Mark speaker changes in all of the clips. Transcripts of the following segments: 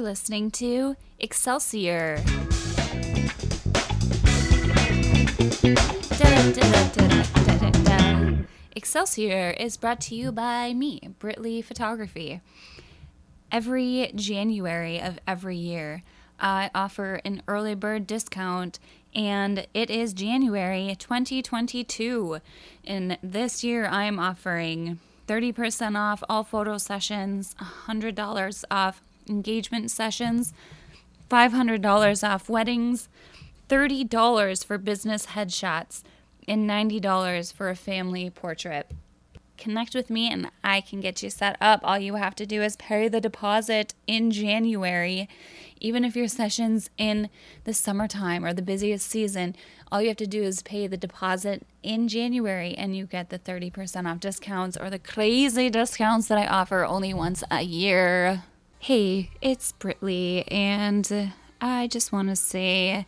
Speaker 1: listening to Excelsior. Da-da-da-da-da-da-da-da. Excelsior is brought to you by me, Britley Photography. Every January of every year, I offer an early bird discount, and it is January 2022. And this year, I am offering 30% off all photo sessions, $100 off engagement sessions, $500 off weddings, $30 for business headshots, and $90 for a family portrait. Connect with me and I can get you set up. All you have to do is pay the deposit in January. Even if your session's in the summertime or the busiest season, all you have to do is pay the deposit in January and you get the 30% off discounts or the crazy discounts that I offer only once a year. Hey, it's Britley, and I just want to say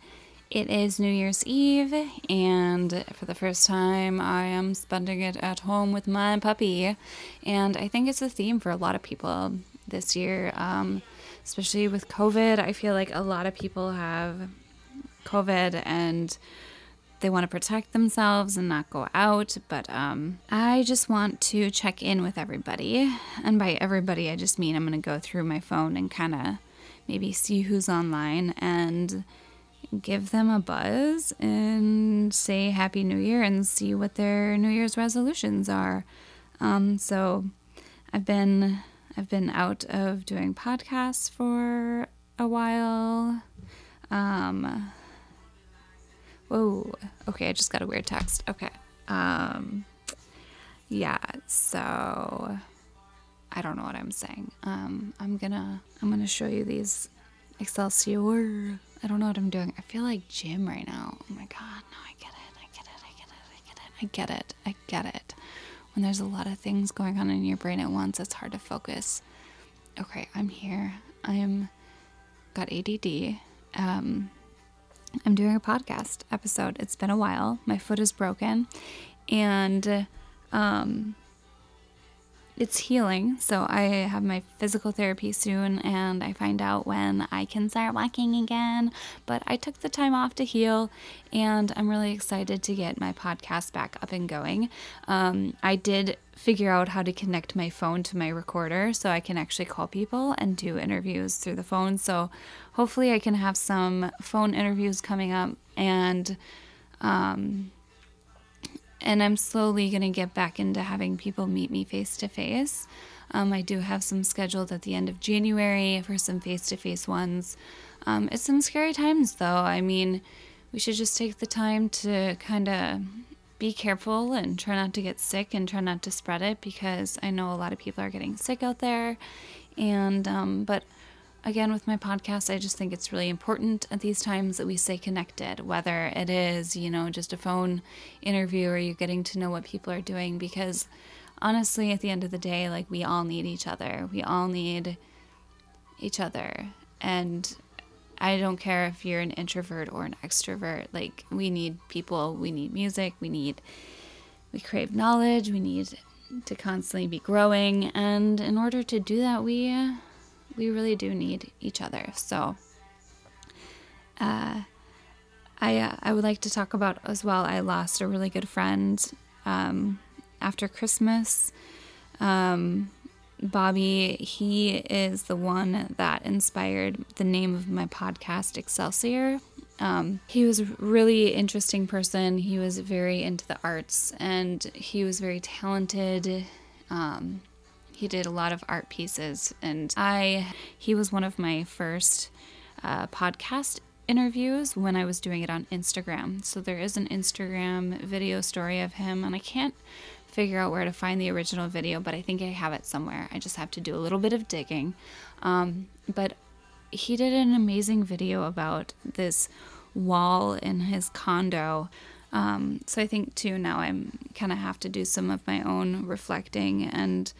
Speaker 1: it is New Year's Eve, and for the first time, I am spending it at home with my puppy. And I think it's a theme for a lot of people this year, um, especially with COVID. I feel like a lot of people have COVID and they want to protect themselves and not go out. But um, I just want to check in with everybody. And by everybody, I just mean I'm going to go through my phone and kind of maybe see who's online and give them a buzz and say Happy New Year and see what their New Year's resolutions are. Um, so I've been. I've been out of doing podcasts for a while. Um, Whoa. Okay, I just got a weird text. Okay. Um yeah, so I don't know what I'm saying. Um I'm gonna I'm gonna show you these Excelsior. I don't know what I'm doing. I feel like Jim right now. Oh my god, no, I get it. I get it. I get it. I get it. I get it. I get it. When there's a lot of things going on in your brain at once, it's hard to focus. Okay, I'm here. I'm got ADD. Um I'm doing a podcast episode. It's been a while. My foot is broken and um, it's healing. So I have my physical therapy soon and I find out when I can start walking again. But I took the time off to heal and I'm really excited to get my podcast back up and going. Um, I did figure out how to connect my phone to my recorder so I can actually call people and do interviews through the phone. So hopefully, I can have some phone interviews coming up and um, and I'm slowly going to get back into having people meet me face to face. Um, I do have some scheduled at the end of January for some face to face ones. Um, it's some scary times, though. I mean, we should just take the time to kind of be careful and try not to get sick and try not to spread it because I know a lot of people are getting sick out there. And, um, but again, with my podcast, I just think it's really important at these times that we stay connected, whether it is, you know, just a phone interview or you're getting to know what people are doing because honestly, at the end of the day, like we all need each other. We all need each other. And I don't care if you're an introvert or an extrovert. Like, we need people, we need music, we need, we crave knowledge, we need to constantly be growing. And in order to do that, we, uh, we really do need each other. So, uh, I, uh, I would like to talk about as well. I lost a really good friend um, after Christmas. Um, Bobby, he is the one that inspired the name of my podcast, Excelsior. Um, he was a really interesting person. He was very into the arts and he was very talented. Um, he did a lot of art pieces, and I he was one of my first uh, podcast interviews when I was doing it on Instagram. So there is an Instagram video story of him, and I can't figure out where to find the original video, but I think I have it somewhere. I just have to do a little bit of digging. Um, but he did an amazing video about this wall in his condo. Um, so I think too now I'm kind of have to do some of my own reflecting, and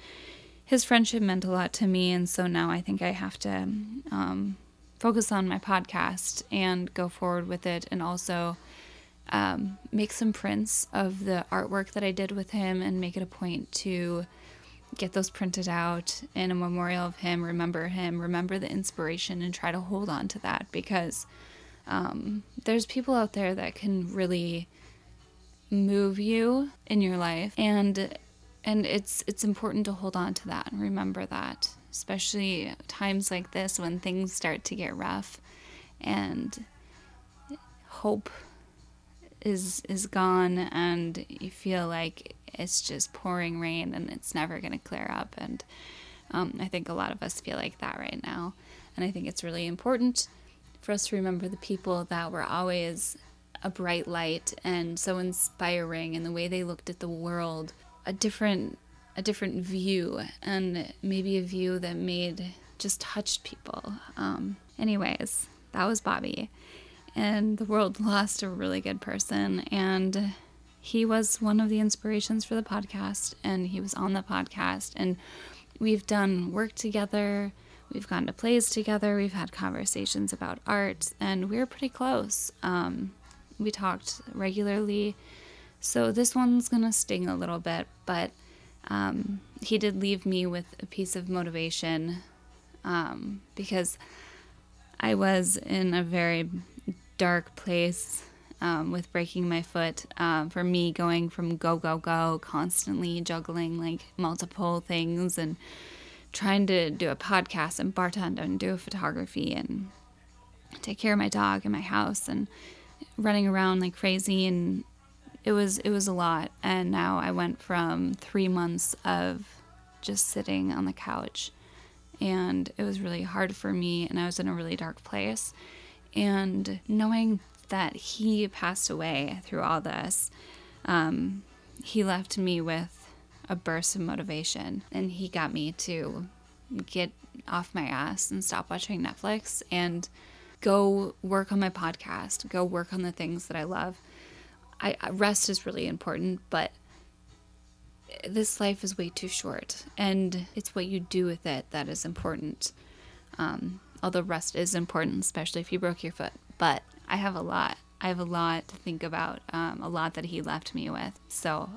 Speaker 1: his friendship meant a lot to me, and so now I think I have to um, focus on my podcast and go forward with it, and also um, make some prints of the artwork that I did with him, and make it a point to get those printed out in a memorial of him, remember him, remember the inspiration, and try to hold on to that because um, there's people out there that can really move you in your life and and it's it's important to hold on to that and remember that especially times like this when things start to get rough and hope is is gone and you feel like it's just pouring rain and it's never going to clear up and um, i think a lot of us feel like that right now and i think it's really important for us to remember the people that were always a bright light and so inspiring and the way they looked at the world a different a different view and maybe a view that made just touched people um, anyways that was bobby and the world lost a really good person and he was one of the inspirations for the podcast and he was on the podcast and we've done work together we've gone to plays together we've had conversations about art and we we're pretty close um, we talked regularly. So this one's gonna sting a little bit, but um, he did leave me with a piece of motivation um, because I was in a very dark place um, with breaking my foot. Um, for me, going from go, go, go, constantly juggling like multiple things and trying to do a podcast and bartend and do photography and take care of my dog and my house and running around like crazy and it was it was a lot and now i went from three months of just sitting on the couch and it was really hard for me and i was in a really dark place and knowing that he passed away through all this um, he left me with a burst of motivation and he got me to get off my ass and stop watching netflix and go work on my podcast, go work on the things that I love. I rest is really important, but this life is way too short, and it's what you do with it that is important. Um, although rest is important, especially if you broke your foot. But I have a lot. I have a lot to think about. Um, a lot that he left me with. So,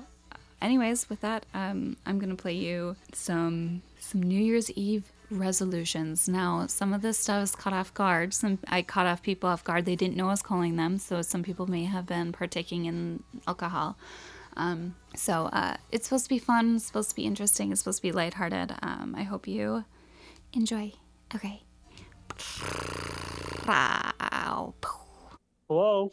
Speaker 1: anyways, with that, um, I'm gonna play you some some New Year's Eve resolutions. Now, some of this stuff is caught off guard. Some I caught off people off guard. They didn't know I was calling them, so some people may have been partaking in alcohol. Um, so uh, it's supposed to be fun. It's supposed to be interesting. It's supposed to be lighthearted. Um, I hope you enjoy. Okay. Wow.
Speaker 2: Hello.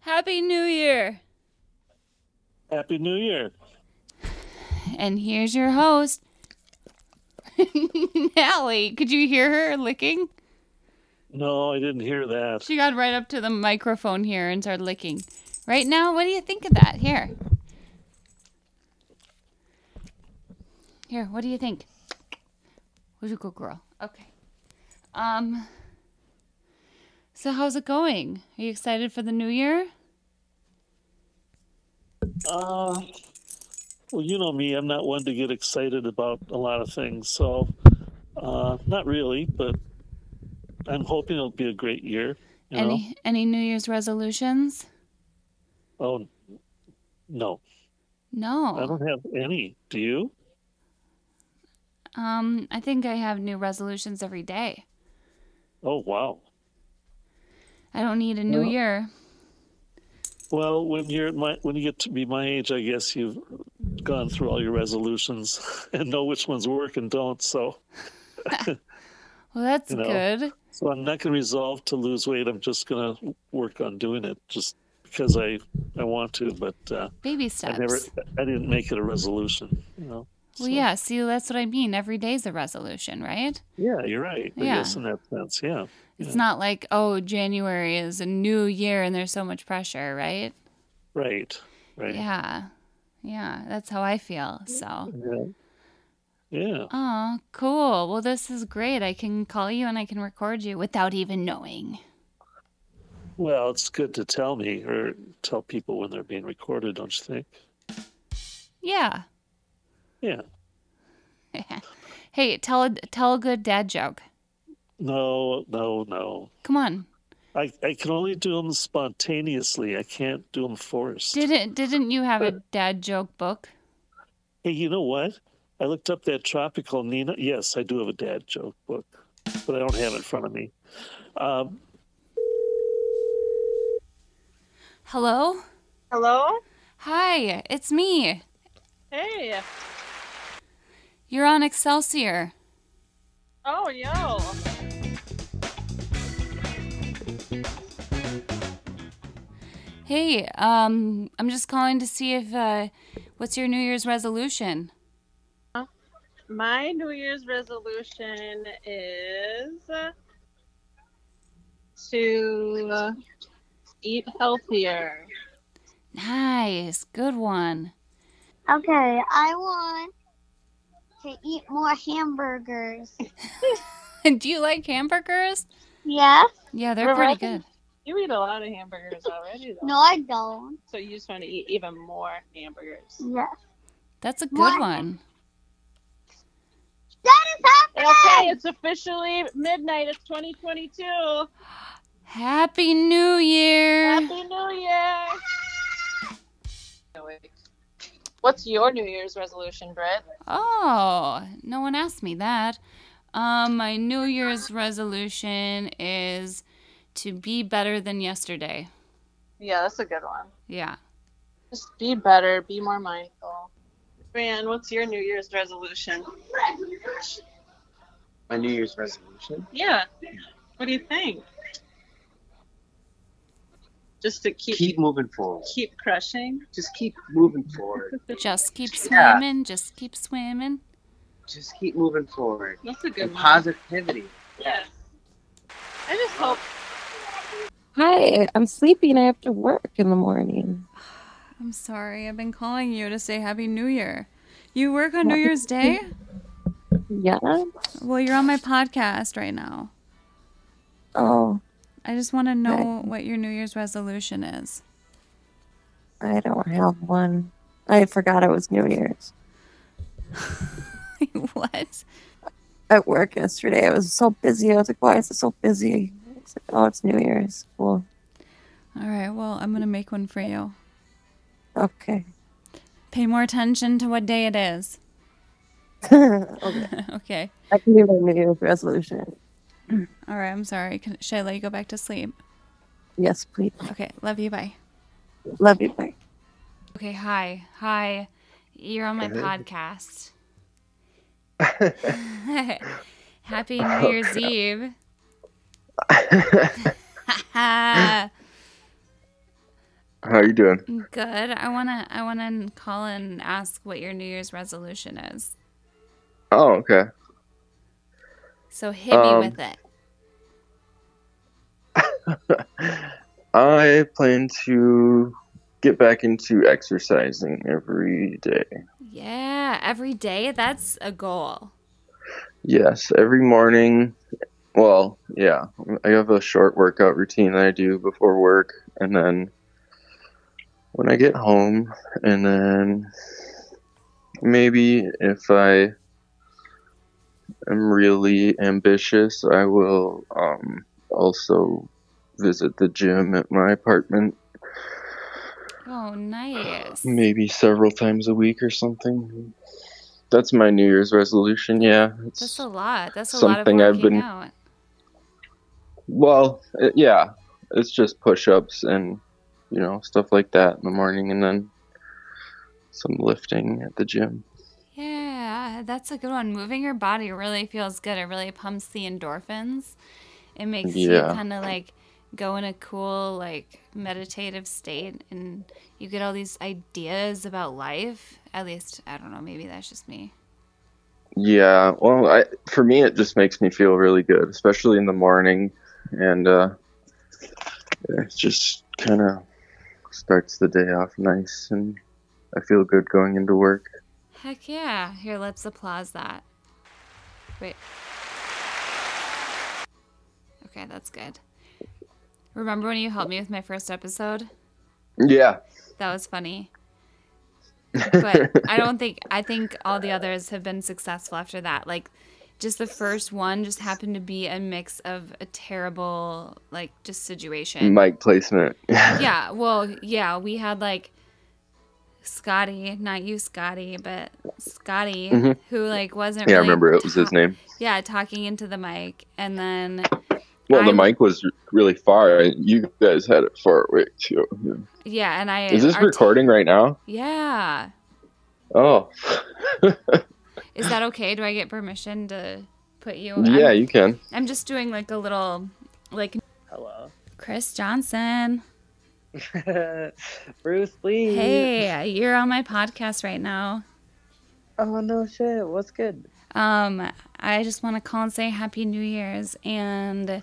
Speaker 1: Happy New Year!
Speaker 2: Happy New Year.
Speaker 1: And here's your host, Allie. Could you hear her licking?
Speaker 2: No, I didn't hear that.
Speaker 1: She got right up to the microphone here and started licking. Right now, what do you think of that? Here. Here, what do you think? Where's your good girl? Okay. Um. So how's it going? Are you excited for the new year?
Speaker 2: Uh, well, you know me. I'm not one to get excited about a lot of things, so uh, not really. But I'm hoping it'll be a great year. You know?
Speaker 1: Any any New Year's resolutions?
Speaker 2: Oh no, I
Speaker 1: No.
Speaker 2: don't have any. Do you?
Speaker 1: Um, I think I have new resolutions every day.
Speaker 2: Oh wow.
Speaker 1: I don't need a new
Speaker 2: Well-
Speaker 1: year.
Speaker 2: Well, when you're at my when you get to be my age, I guess you've gone through all your resolutions and know which ones work and don't. So,
Speaker 1: Well, that's
Speaker 2: You know.
Speaker 1: good.
Speaker 2: so I'm not going to resolve to lose weight. I'm just going to work on doing it, just because I I want to. But uh,
Speaker 1: Baby
Speaker 2: I
Speaker 1: steps.
Speaker 2: never I didn't make it a resolution. You know.
Speaker 1: Well,
Speaker 2: So-
Speaker 1: yeah. See, that's what I mean. Every day's a resolution, right?
Speaker 2: Yeah, you're right. I
Speaker 1: Yeah.
Speaker 2: guess in that sense, yeah.
Speaker 1: It's
Speaker 2: Yeah.
Speaker 1: not like oh, January is a new year and there's so much pressure, right?
Speaker 2: Right. Right.
Speaker 1: Yeah, yeah. That's how I feel. So.
Speaker 2: Yeah. Yeah.
Speaker 1: Oh, cool. Well, this is great. I can call you and I can record you without even knowing.
Speaker 2: Well, it's good to tell me or tell people when they're being recorded, don't you think?
Speaker 1: Yeah.
Speaker 2: Yeah.
Speaker 1: hey, tell a tell a good dad joke.
Speaker 2: No, no, no.
Speaker 1: Come on.
Speaker 2: I, I can only do them spontaneously. I can't do them forced.
Speaker 1: Didn't didn't you have a dad joke book?
Speaker 2: Hey, you know what? I looked up that tropical Nina. Yes, I do have a dad joke book, but I don't have it in front of me. Um,
Speaker 1: Hello?
Speaker 3: Hello?
Speaker 1: Hi, it's me.
Speaker 3: Hey.
Speaker 1: You're on Excelsior.
Speaker 3: Oh, yo.
Speaker 1: Hey, um I'm just calling to see if uh what's your New Year's resolution?
Speaker 3: My New Year's resolution is to eat healthier.
Speaker 1: Nice. Good one.
Speaker 4: Okay, I want to eat more hamburgers.
Speaker 1: Do you like hamburgers?
Speaker 4: Yes?
Speaker 1: Yeah, they're pretty
Speaker 3: Right.
Speaker 1: good.
Speaker 3: You eat a lot of hamburgers already, though.
Speaker 4: No, I don't.
Speaker 3: So you just want to eat even more hamburgers.
Speaker 4: Yes.
Speaker 1: That's a good
Speaker 4: What?
Speaker 1: one.
Speaker 4: That is happening!
Speaker 3: Okay, it's officially midnight. It's 2022.
Speaker 1: Happy New Year.
Speaker 3: Happy New Year. What's your New Year's resolution, Britt?
Speaker 1: Oh, no one asked me that. Um, my New Year's resolution is to be better than yesterday.
Speaker 3: Yeah, that's a good one.
Speaker 1: Yeah.
Speaker 3: Just be better, be more mindful. Fran, what's your New Year's resolution?
Speaker 5: My New Year's resolution?
Speaker 3: Yeah. What do you think? Just to keep
Speaker 5: Keep
Speaker 3: keep,
Speaker 5: moving forward.
Speaker 3: crushing.
Speaker 5: Just keep moving forward.
Speaker 1: Just keep
Speaker 5: Yeah.
Speaker 1: swimming. Just keep swimming.
Speaker 5: Just keep moving forward.
Speaker 3: That's a
Speaker 5: And
Speaker 3: good one.
Speaker 5: positivity.
Speaker 3: Yes. I just hope
Speaker 6: Hi, I'm sleepy and I have to work in the morning.
Speaker 7: I'm sorry. I've been calling you to say Happy New Year. You work on New Year's Day?
Speaker 6: Yeah.
Speaker 7: Well, you're on my podcast right now.
Speaker 6: Oh,
Speaker 7: I just want to know what your New Year's resolution is.
Speaker 6: I don't have one. I forgot it was New Year's.
Speaker 7: what?
Speaker 6: At work yesterday, I was so busy. I was like, why is it so busy? It's like, oh, it's New Year's. Cool.
Speaker 7: All right. Well, I'm going to make one for you.
Speaker 6: Okay.
Speaker 7: Pay more attention to what day it is.
Speaker 6: okay.
Speaker 7: okay.
Speaker 6: I can do my New Year's resolution.
Speaker 7: All right. I'm sorry. Can, should I let you go back to sleep?
Speaker 6: Yes, please.
Speaker 7: Okay. Love you. Bye.
Speaker 6: Love you. Bye.
Speaker 1: Okay. Hi. Hi. You're on my
Speaker 5: Hey.
Speaker 1: podcast. Happy New
Speaker 5: Oh,
Speaker 1: Year's
Speaker 5: crap.
Speaker 1: Eve.
Speaker 5: How are you doing?
Speaker 1: Good. I wanna I wanna call and ask what your New Year's resolution is.
Speaker 5: Oh, okay.
Speaker 1: So hit me
Speaker 5: Um,
Speaker 1: with it.
Speaker 5: I plan to get back into exercising every day.
Speaker 1: Yeah, every day. That's a goal.
Speaker 5: Yes, every morning. Well, yeah, I have a short workout routine that I do before work, and then when I get home, and then maybe if I am really ambitious, I will um, also visit the gym at my apartment,
Speaker 1: Oh, nice.
Speaker 5: maybe several times a week or something. That's my New Year's resolution. Yeah, it's-
Speaker 1: That's a lot. That's a lot of
Speaker 5: something
Speaker 1: working
Speaker 5: I've been-
Speaker 1: out.
Speaker 5: Well, it, yeah, it's just push-ups and you know stuff like that in the morning, and then some lifting at the gym.
Speaker 1: Yeah, that's a good one. Moving your body really feels good. It really pumps the endorphins. It makes you
Speaker 5: Yeah.
Speaker 1: kind of like go in a cool, like meditative state, and you get all these ideas about life. At least, I don't know, maybe that's just me.
Speaker 5: Yeah, well, I for me it just makes me feel really good, especially in the morning, and uh, it just kind of starts the day off nice, and I feel good going into work.
Speaker 1: Heck yeah. Here, let's applause that. Wait. Okay, that's good. Remember when you helped me with my first episode?
Speaker 5: Yeah,
Speaker 1: That was funny. But I don't think I think all the others have been successful after that. Like just the first one just happened to be a mix of a terrible like just situation.
Speaker 5: Mic placement. Yeah.
Speaker 1: yeah, well, yeah, we had like Scotty, not you, Scotty, but Scotty,
Speaker 5: Mhm.
Speaker 1: who like wasn't.
Speaker 5: I
Speaker 1: really
Speaker 5: remember it was his
Speaker 1: ta-
Speaker 5: name.
Speaker 1: Yeah, talking into the mic, and then
Speaker 5: Well, the
Speaker 1: I'm-
Speaker 5: mic was really far. and You guys had it far away too. Yeah.
Speaker 1: yeah, and I
Speaker 5: Is this
Speaker 1: our t-
Speaker 5: recording right now?
Speaker 1: yeah,
Speaker 5: Oh,
Speaker 1: is that okay? Do I get permission to put you? I'm-
Speaker 5: yeah, you can.
Speaker 1: I'm just doing like a little like
Speaker 8: Hello.
Speaker 1: Chris Johnson.
Speaker 8: Bruce Lee.
Speaker 1: Hey, you're on my podcast right now.
Speaker 8: Oh no shit. What's good?
Speaker 1: Um, I just want to call and say Happy New Year's, and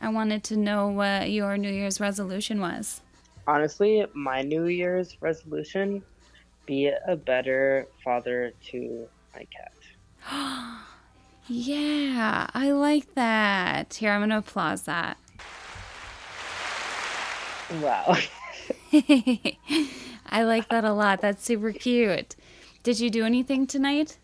Speaker 1: I wanted to know what your New Year's resolution was.
Speaker 8: Honestly, my New Year's resolution be a better father to my cat.
Speaker 1: yeah, I like that. Here, I'm gonna applause that.
Speaker 8: Wow.
Speaker 1: I like that a lot. That's super cute. Did you do anything tonight?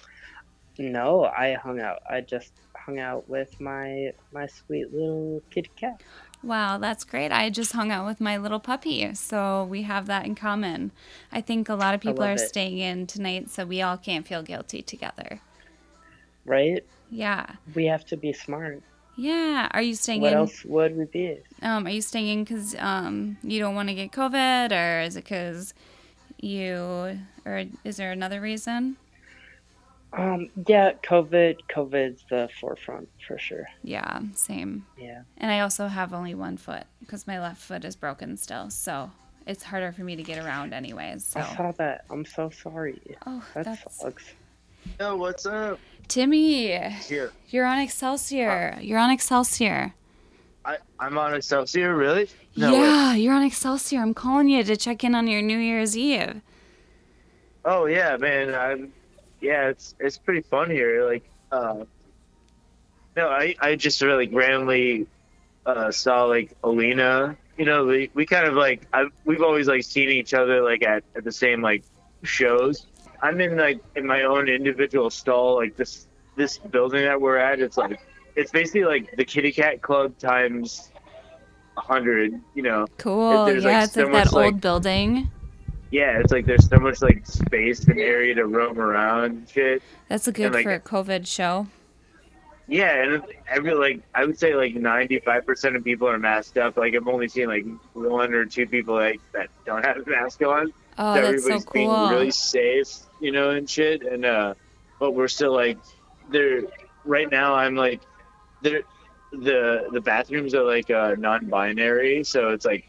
Speaker 8: no, I hung out. I just hung out with my my sweet little kitty cat.
Speaker 1: Wow, that's great. I just hung out with my little puppy, so we have that in common. I think a lot of people
Speaker 8: love
Speaker 1: are
Speaker 8: it.
Speaker 1: staying in tonight, so we all can't feel guilty together.
Speaker 8: Right?
Speaker 1: Yeah,
Speaker 8: We have to be smart.
Speaker 1: yeah. Are you staying
Speaker 8: What
Speaker 1: in?
Speaker 8: else would we be?
Speaker 1: Um, are you staying in because um you don't want to get COVID, or is it because you, or is there another reason?
Speaker 8: Um, yeah, COVID COVID's the forefront for sure.
Speaker 1: Yeah, same.
Speaker 8: Yeah.
Speaker 1: And I also have only one foot because my left foot is broken still, so it's harder for me to get around anyways. So.
Speaker 8: I saw that. I'm so sorry.
Speaker 1: Oh,
Speaker 8: That
Speaker 1: that's
Speaker 8: sucks.
Speaker 9: Yo, what's up?
Speaker 1: Timmy.
Speaker 9: Here,
Speaker 1: You're on Excelsior.
Speaker 9: Uh,
Speaker 1: you're on Excelsior.
Speaker 9: I I'm on Excelsior. Really? way.
Speaker 1: yeah, you're on Excelsior. I'm calling you to check in on your New Year's Eve.
Speaker 9: Oh yeah, man. I'm. Yeah, it's it's pretty fun here. Like, uh, no, I I just really randomly uh, saw like Alina. You know, we, we kind of like I, we've always like seen each other like at, at the same like shows. I'm in like in my own individual stall. Like this this building that we're at, it's like it's basically like the Kitty Cat Club times hundred. You know.
Speaker 1: Cool.
Speaker 9: There's, like,
Speaker 1: yeah, it's
Speaker 9: so
Speaker 1: like that
Speaker 9: much, like-
Speaker 1: old building.
Speaker 9: Yeah, it's like there's so much like space and area to roam around and shit.
Speaker 1: That's good
Speaker 9: like-
Speaker 1: for a COVID show.
Speaker 9: Yeah, and every like I would say like ninety five percent of people are masked up. Like I've only seen like one or two people like that don't have a mask on.
Speaker 1: Oh,
Speaker 9: so
Speaker 1: that's so
Speaker 9: everybody's being
Speaker 1: cool.
Speaker 9: really safe, you know, and shit. And uh but we're still like they're right now I'm like they're the the bathrooms are like uh non binary, so it's like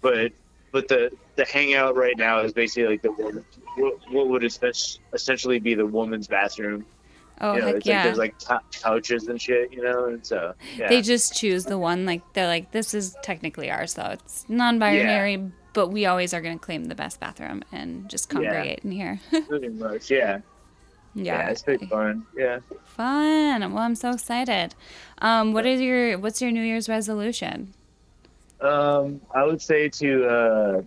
Speaker 9: but but the the hangout right now is basically like the woman what, what would essen- essentially be the woman's bathroom
Speaker 1: oh,
Speaker 9: you know,
Speaker 1: heck
Speaker 9: it's like
Speaker 1: yeah.
Speaker 9: there's like cou- couches and shit, you know, and so yeah,
Speaker 1: They just choose the one, like, they're like, this is technically ours, though. It's non binary, but we always are going to claim the best bathroom and just congregate in here. yeah.
Speaker 9: pretty much, yeah, yeah, it's pretty fun, yeah.
Speaker 1: Fun. Well, I'm so excited. Um, what is your what's your New Year's resolution?
Speaker 9: Um, I would say to uh,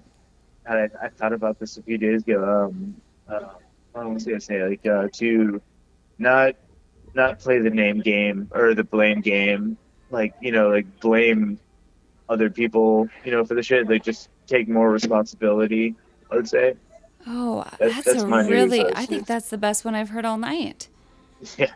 Speaker 9: I, I thought about this a few days ago. Um, uh, what was I gonna say? Like uh, to not not play the name game or the blame game, like you know, like blame other people, you know, for the shit. Like just take more responsibility. I would say,
Speaker 1: Oh, that's,
Speaker 9: That's- that's
Speaker 1: a
Speaker 9: my New Year's
Speaker 1: really I
Speaker 9: resolution.
Speaker 1: think that's the best one I've heard all night.
Speaker 9: yeah.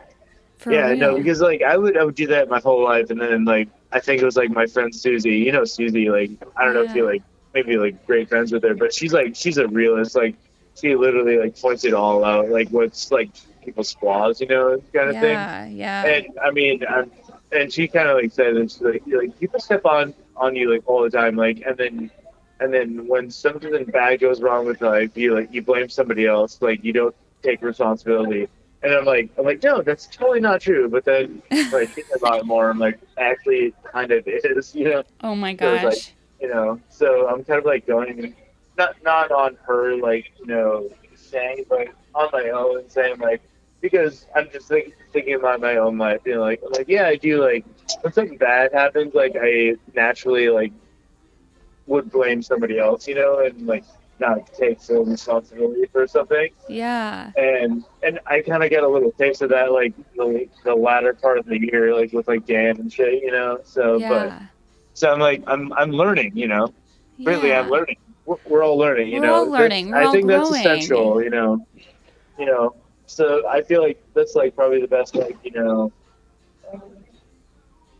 Speaker 1: For
Speaker 9: yeah,
Speaker 1: real.
Speaker 9: no, because like I would I would do that my whole life, and then like I think it was like my friend Susie. You know Susie, like I don't know if you
Speaker 1: Yeah.
Speaker 9: like maybe like great friends with her, but she's like she's a realist. Like she literally like points it all out, like what's like people's flaws, you know, kind of thing
Speaker 1: yeah, yeah.
Speaker 9: and I mean, um, and she kind of like said, and she's like, you're like people step on on you like all the time, like, and then, and then when something bad goes wrong with life, you like you blame somebody else, like you don't take responsibility. And I'm like, I'm like, no, that's totally not true. But then, like, thinking about it more, I'm like, actually, it kind of is, you know,
Speaker 1: oh my
Speaker 9: so it's
Speaker 1: gosh.
Speaker 9: like- you know. So I'm kind of like going, not not on her, like you know, saying, but on my own, saying like, because I'm just like thinking about my own life, you know, like I'm like yeah, I do like when something bad happens, like I naturally like would blame somebody else, you know, and like not take full responsibility for something.
Speaker 1: Yeah.
Speaker 9: And and I kind of get a little taste of that like the, the latter part of the year, like with like Dan and shit, you know. So Uh, but
Speaker 1: Yeah.
Speaker 9: so I'm like I'm I'm learning, you know. Really,
Speaker 1: yeah.
Speaker 9: I'm learning. We're, we're all learning, you
Speaker 1: We're
Speaker 9: know.
Speaker 1: all
Speaker 9: That's-
Speaker 1: learning. We're
Speaker 9: I
Speaker 1: all
Speaker 9: think that's
Speaker 1: growing.
Speaker 9: essential, you know. You know, so I feel like that's like probably the best like you know um,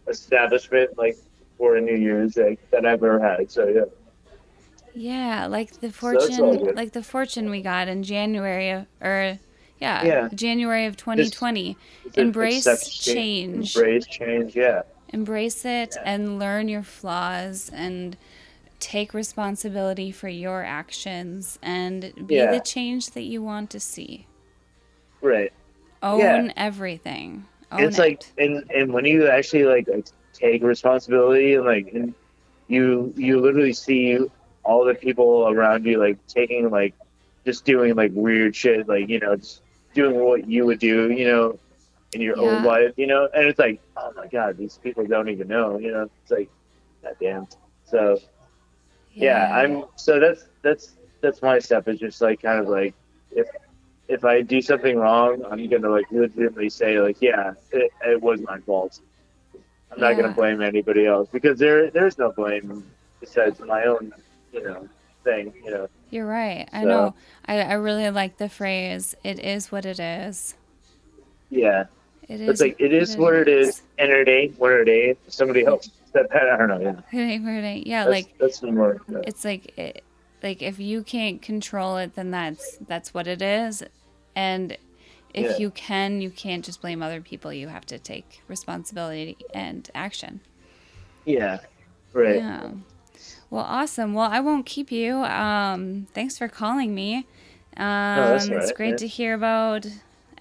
Speaker 9: establishment like for a New Year's like that I've ever had. So yeah.
Speaker 1: Yeah, like the
Speaker 9: that's all
Speaker 1: fortune,
Speaker 9: good.
Speaker 1: like the fortune we got in January of, or yeah,
Speaker 9: Yeah.
Speaker 1: January of 2020. Embrace
Speaker 9: Accept
Speaker 1: change.
Speaker 9: Embrace change. Yeah.
Speaker 1: Embrace it and learn your flaws and take responsibility for your actions and be
Speaker 9: Yeah.
Speaker 1: the change that you want to see.
Speaker 9: Right.
Speaker 1: Own
Speaker 9: Yeah.
Speaker 1: everything. Own
Speaker 9: it's
Speaker 1: it.
Speaker 9: like and and when you actually like, like take responsibility and like and you you literally see all the people around you like taking like just doing like weird shit like you know just doing what you would do you know in your own
Speaker 1: Yeah.
Speaker 9: life you know and it's like oh my god these people don't even know you know it's like goddamn so yeah, I'm so that's that's that's my step is just like kind of like if if I do something wrong, I'm gonna like legitimately say like yeah, it, it was my fault. I'm not
Speaker 1: Yeah.
Speaker 9: gonna blame anybody else because there there's no blame besides my own you know thing you know
Speaker 1: You're right. I
Speaker 9: So-
Speaker 1: know. I, I really like the phrase, it is what it is.
Speaker 9: yeah
Speaker 1: It is.
Speaker 9: it's like it is what it is and it ain't what it ain't somebody else said that I don't know yeah
Speaker 1: It ain't what it ain't. Yeah,
Speaker 9: that's,
Speaker 1: like
Speaker 9: that's the more yeah.
Speaker 1: it's like it, like if you can't control it then that's that's what it is and if
Speaker 9: Yeah.
Speaker 1: you can you can't just blame other people you have to take responsibility and action
Speaker 9: yeah right
Speaker 1: yeah well awesome well i won't keep you um thanks for calling me um
Speaker 9: that's all
Speaker 1: it's
Speaker 9: right,
Speaker 1: great
Speaker 9: yeah.
Speaker 1: to hear about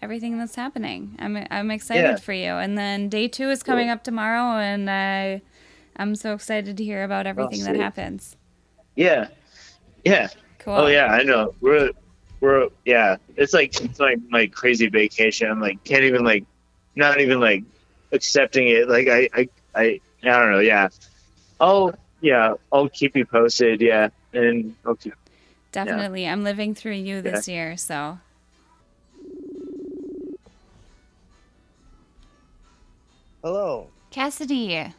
Speaker 1: everything that's happening i'm i'm excited
Speaker 9: Yeah.
Speaker 1: for you and then day two is coming
Speaker 9: Cool.
Speaker 1: up tomorrow and i i'm so excited to hear about everything that
Speaker 9: Oh, sweet.
Speaker 1: happens
Speaker 9: yeah yeah
Speaker 1: cool
Speaker 9: Oh yeah, I know. We're we're yeah. It's like it's like my crazy vacation. I'm like can't even like not even like accepting it. Like I I I, I don't know, yeah. I'll yeah, I'll keep you posted, yeah. And I'll keep
Speaker 1: Definitely. I'm living through you this year, so.
Speaker 10: Hello.
Speaker 1: Cassidy.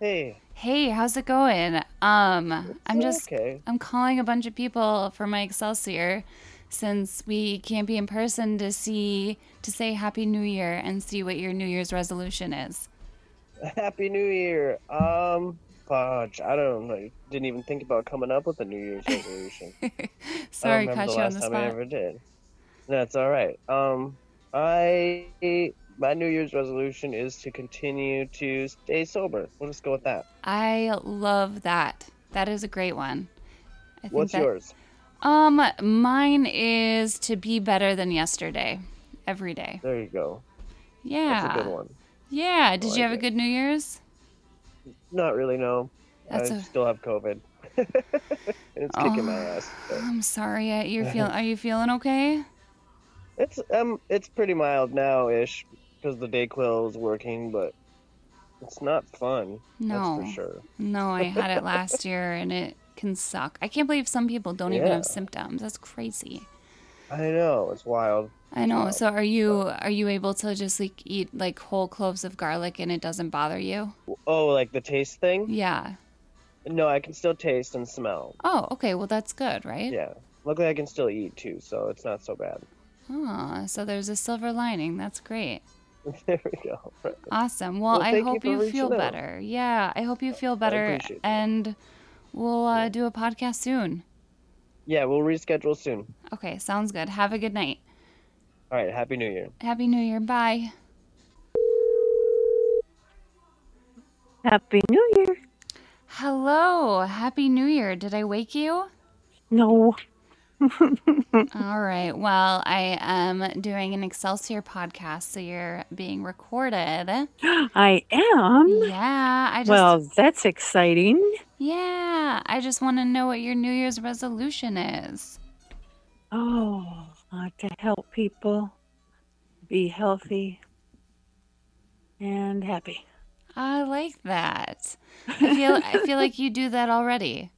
Speaker 10: Hey.
Speaker 1: Hey, how's it going? Um, I'm just
Speaker 10: okay.
Speaker 1: I'm calling a bunch of people for my Excelsior since we can't be in person to see to say happy new year and see what your new year's resolution is.
Speaker 10: Happy New Year. Um, fudge. I don't like. Didn't even think about coming up with a New Year's resolution.
Speaker 1: Sorry,
Speaker 10: I don't
Speaker 1: caught you
Speaker 10: remember the
Speaker 1: on
Speaker 10: last
Speaker 1: the
Speaker 10: time I
Speaker 1: spot.
Speaker 10: ever did. That's all right. Um, I my New Year's resolution is to continue to stay sober. We'll just go with that.
Speaker 1: I love that. That is a great one. I think
Speaker 10: What's
Speaker 1: that-
Speaker 10: yours?
Speaker 1: Um, mine is to be better than yesterday every day.
Speaker 10: There you go.
Speaker 1: Yeah.
Speaker 10: That's a good one.
Speaker 1: Yeah. Did
Speaker 10: like
Speaker 1: you have a
Speaker 10: it.
Speaker 1: good New Year's?
Speaker 10: Not really. No,
Speaker 1: That's
Speaker 10: I
Speaker 1: a-
Speaker 10: still have COVID, and it's
Speaker 1: Oh.
Speaker 10: kicking my ass. but-
Speaker 1: I'm sorry. uh, You're feeling? Are you feeling okay?
Speaker 10: It's um, it's pretty mild now ish because the Dayquil is working, but it's not fun.
Speaker 1: No.
Speaker 10: That's for sure.
Speaker 1: No, I had it last year, and it can suck. I can't believe some people don't even
Speaker 10: Yeah.
Speaker 1: have symptoms. That's crazy.
Speaker 10: I know it's wild.
Speaker 1: I know.
Speaker 10: Wow.
Speaker 1: So, are you are you able to just like eat like whole cloves of garlic and it doesn't bother you?
Speaker 10: Oh, like the taste thing?
Speaker 1: Yeah.
Speaker 10: No, I can still taste and smell.
Speaker 1: Oh, okay. Well, that's good, right?
Speaker 10: Yeah. Luckily, I can still eat too, so it's not so bad.
Speaker 1: Oh, so there's a silver lining. That's great.
Speaker 10: There we go. Right.
Speaker 1: Awesome. Well,
Speaker 10: Well,
Speaker 1: I
Speaker 10: thank you
Speaker 1: hope
Speaker 10: for
Speaker 1: you,
Speaker 10: reaching
Speaker 1: feel
Speaker 10: out.
Speaker 1: better. Yeah, I hope you feel better,
Speaker 10: appreciate that.
Speaker 1: and we'll uh, do a podcast soon.
Speaker 10: Yeah, we'll reschedule soon.
Speaker 1: Okay, sounds good. Have a good night.
Speaker 10: All right. Happy New Year.
Speaker 1: Happy New Year. Bye.
Speaker 11: Happy New Year.
Speaker 1: Hello. Happy New Year. Did I wake you?
Speaker 11: No.
Speaker 1: All right. Well, I am doing an Excelsior podcast, so you're being recorded.
Speaker 11: I am.
Speaker 1: Yeah, I just
Speaker 11: Um, well, that's exciting.
Speaker 1: Yeah, I just want to know what your New Year's resolution is.
Speaker 11: Oh, uh, to help people be healthy and happy.
Speaker 1: I like that. I feel I feel like you do that already.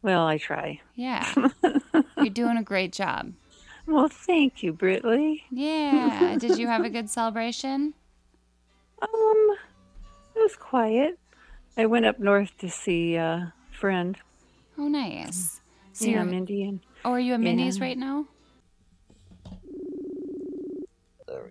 Speaker 11: Well, I try.
Speaker 1: Yeah. You're doing a great job.
Speaker 11: Well, thank you, Britley.
Speaker 1: Yeah. Did you have a good celebration?
Speaker 11: Um, it was quiet. I went up north to see a friend.
Speaker 1: Oh, nice. So
Speaker 11: yeah,
Speaker 1: you're-
Speaker 11: I'm Indian.
Speaker 1: Oh, are you at Mindy's
Speaker 11: Yeah.
Speaker 1: right now?
Speaker 12: There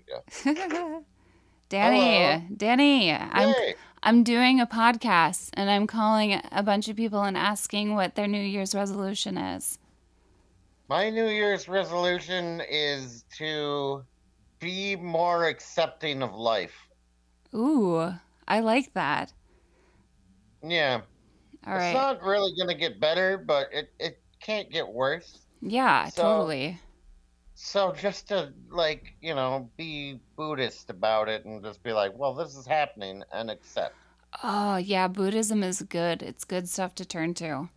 Speaker 12: we go.
Speaker 1: Danny,
Speaker 12: Hello.
Speaker 1: Danny, I'm
Speaker 12: Hey.
Speaker 1: I'm doing a podcast and I'm calling a bunch of people and asking what their New Year's resolution is.
Speaker 12: My New Year's resolution is to be more accepting of life.
Speaker 1: Ooh, I like that.
Speaker 12: Yeah.
Speaker 1: All
Speaker 12: it's
Speaker 1: right.
Speaker 12: not really going to get better, but it, it can't get worse.
Speaker 1: Yeah,
Speaker 12: So-
Speaker 1: totally.
Speaker 12: So just to, like, you know, be Buddhist about it and just be like, well, this is happening and accept.
Speaker 1: Oh, yeah, Buddhism is good. It's good stuff to turn to.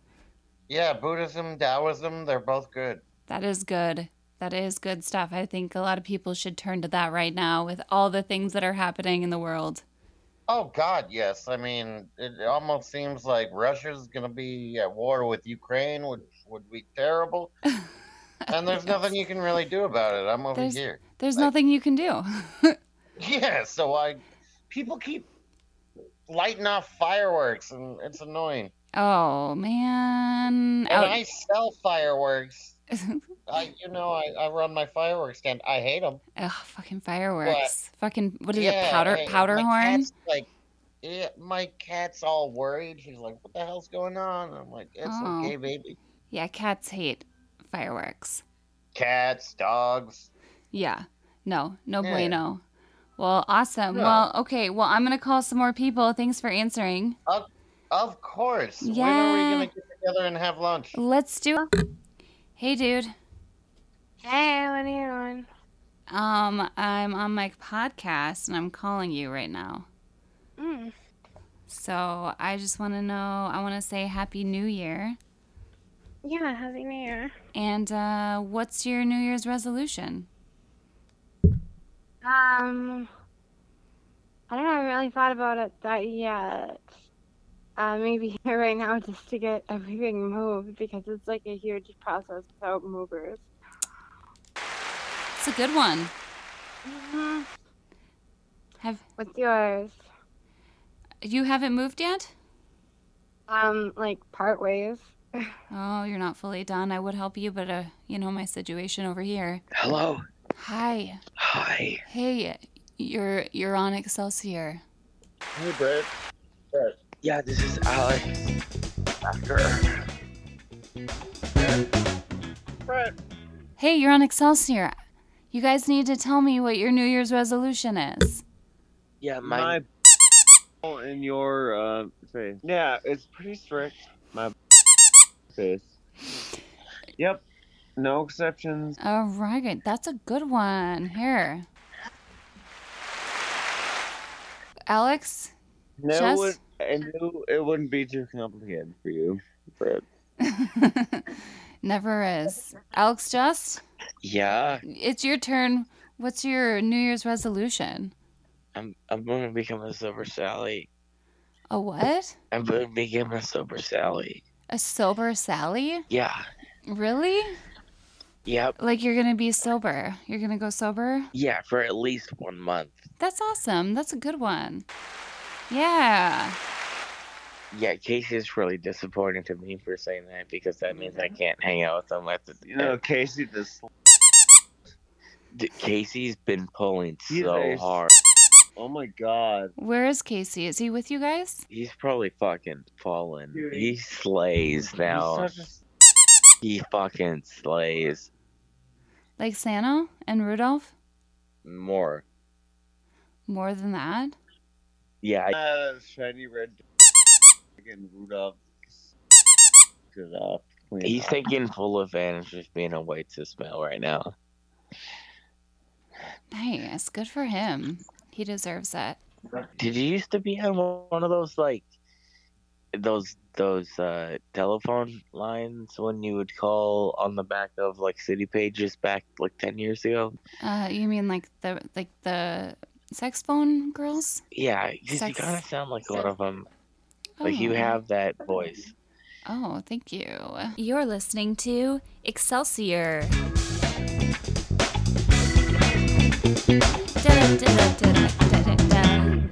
Speaker 12: Yeah, Buddhism, Taoism, they're both good.
Speaker 1: That is good. That is good stuff. I think a lot of people should turn to that right now with all the things that are happening in the world.
Speaker 12: Oh God, yes. I mean, it almost seems like Russia's going to be at war with Ukraine, which would be terrible. And there's nothing you can really do about it. I'm over
Speaker 1: There's-
Speaker 12: here.
Speaker 1: There's nothing you can do.
Speaker 12: Yeah, so I people keep lighting off fireworks and it's annoying.
Speaker 1: Oh, man.
Speaker 12: And
Speaker 1: Out-
Speaker 12: I sell fireworks. I you know, I, I run my fireworks stand. I hate them.
Speaker 1: Ugh, fucking fireworks. Fucking what is it?
Speaker 12: Yeah,
Speaker 1: Powder
Speaker 12: I-
Speaker 1: powder
Speaker 12: my
Speaker 1: horn?
Speaker 12: cat's like, yeah, my cat's all worried. She's like, "What the hell's going on?" And I'm like, "It's
Speaker 1: Oh.
Speaker 12: okay, baby.
Speaker 1: Yeah, cats hate fireworks.
Speaker 12: Cats, dogs.
Speaker 1: Yeah. No, no
Speaker 12: Yeah.
Speaker 1: bueno. Well, awesome.
Speaker 12: No.
Speaker 1: Well, okay. Well, I'm gonna call some more people. Thanks for answering.
Speaker 12: Of, of course. When are we
Speaker 1: Yeah.
Speaker 12: gonna get together and have lunch?
Speaker 1: Let's do. Hey, dude.
Speaker 13: Hey, what are you doing?
Speaker 1: Um, I'm on my podcast and I'm calling you right now.
Speaker 13: Mm.
Speaker 1: So I just want to know. I want to say Happy New Year.
Speaker 13: Yeah, happy new year.
Speaker 1: And uh, what's your New Year's resolution?
Speaker 13: Um, I don't know. I really thought about it that yet. Uh, maybe right now just to get everything moved because it's like a huge process without movers.
Speaker 1: It's a good one.
Speaker 13: Mm-hmm.
Speaker 1: Have
Speaker 13: What's yours?
Speaker 1: you haven't moved yet?
Speaker 13: Um, like part ways.
Speaker 1: Oh, you're not fully done. I would help you, but uh, you know my situation over here.
Speaker 14: Hello.
Speaker 1: Hi.
Speaker 14: Hi.
Speaker 1: Hey, you're you're on Excelsior.
Speaker 14: Hey, Brett. Brett. Yeah, this is Alex. After.
Speaker 12: Brett.
Speaker 1: Hey, you're on Excelsior. You guys need to tell me what your New Year's resolution is.
Speaker 14: Yeah,
Speaker 15: my.
Speaker 16: my in your uh, face. Yeah, it's pretty strict.
Speaker 15: My face. Yep. No exceptions.
Speaker 1: All right, that's a good one. Here. Alex?
Speaker 15: No,
Speaker 1: Jess?
Speaker 15: it would, and no, it wouldn't be too complicated for you, Brett.
Speaker 1: Never is. Alex Just?
Speaker 14: Yeah,
Speaker 1: It's your turn. What's your New Year's resolution?
Speaker 14: I'm I'm gonna become a sober Sally.
Speaker 1: A what?
Speaker 14: I'm gonna become a sober Sally.
Speaker 1: A sober Sally?
Speaker 14: Yeah.
Speaker 1: Really?
Speaker 14: Yep.
Speaker 1: Like you're gonna be sober. You're gonna go sober?
Speaker 14: Yeah, for at least one month.
Speaker 1: That's awesome. That's a good one. Yeah.
Speaker 14: Yeah, Casey's really disappointed to me for saying that because that means
Speaker 15: Mm-hmm.
Speaker 14: I can't hang out with him at the. uh,
Speaker 15: You know, Casey, this
Speaker 14: D- Casey's been pulling
Speaker 15: He's
Speaker 14: so
Speaker 15: a-
Speaker 14: hard.
Speaker 15: Oh my god.
Speaker 1: Where is Casey? Is he with you guys?
Speaker 14: He's probably fucking fallen.
Speaker 15: Dude.
Speaker 14: He slays now.
Speaker 15: He's such a-
Speaker 14: He fucking slays
Speaker 1: Like Santa and Rudolph?
Speaker 14: more.
Speaker 1: More than that?
Speaker 14: Yeah. I-
Speaker 15: Uh, shiny red. Fucking Rudolph. Good uh, off.
Speaker 14: He's taking full advantage of being a white cis male right now.
Speaker 1: Nice. Good for him. He deserves it.
Speaker 14: Did you used to be on one of those like those those uh telephone lines when you would call on the back of like city pages back like ten years ago?
Speaker 1: Uh, you mean like the like the sex phone girls?
Speaker 14: Yeah, 'cause you
Speaker 1: Sex-
Speaker 14: kind of sound like one of them. Like you
Speaker 1: Oh.
Speaker 14: have that voice.
Speaker 1: Oh, thank you. You're listening to Excelsior. Da-da-da-da.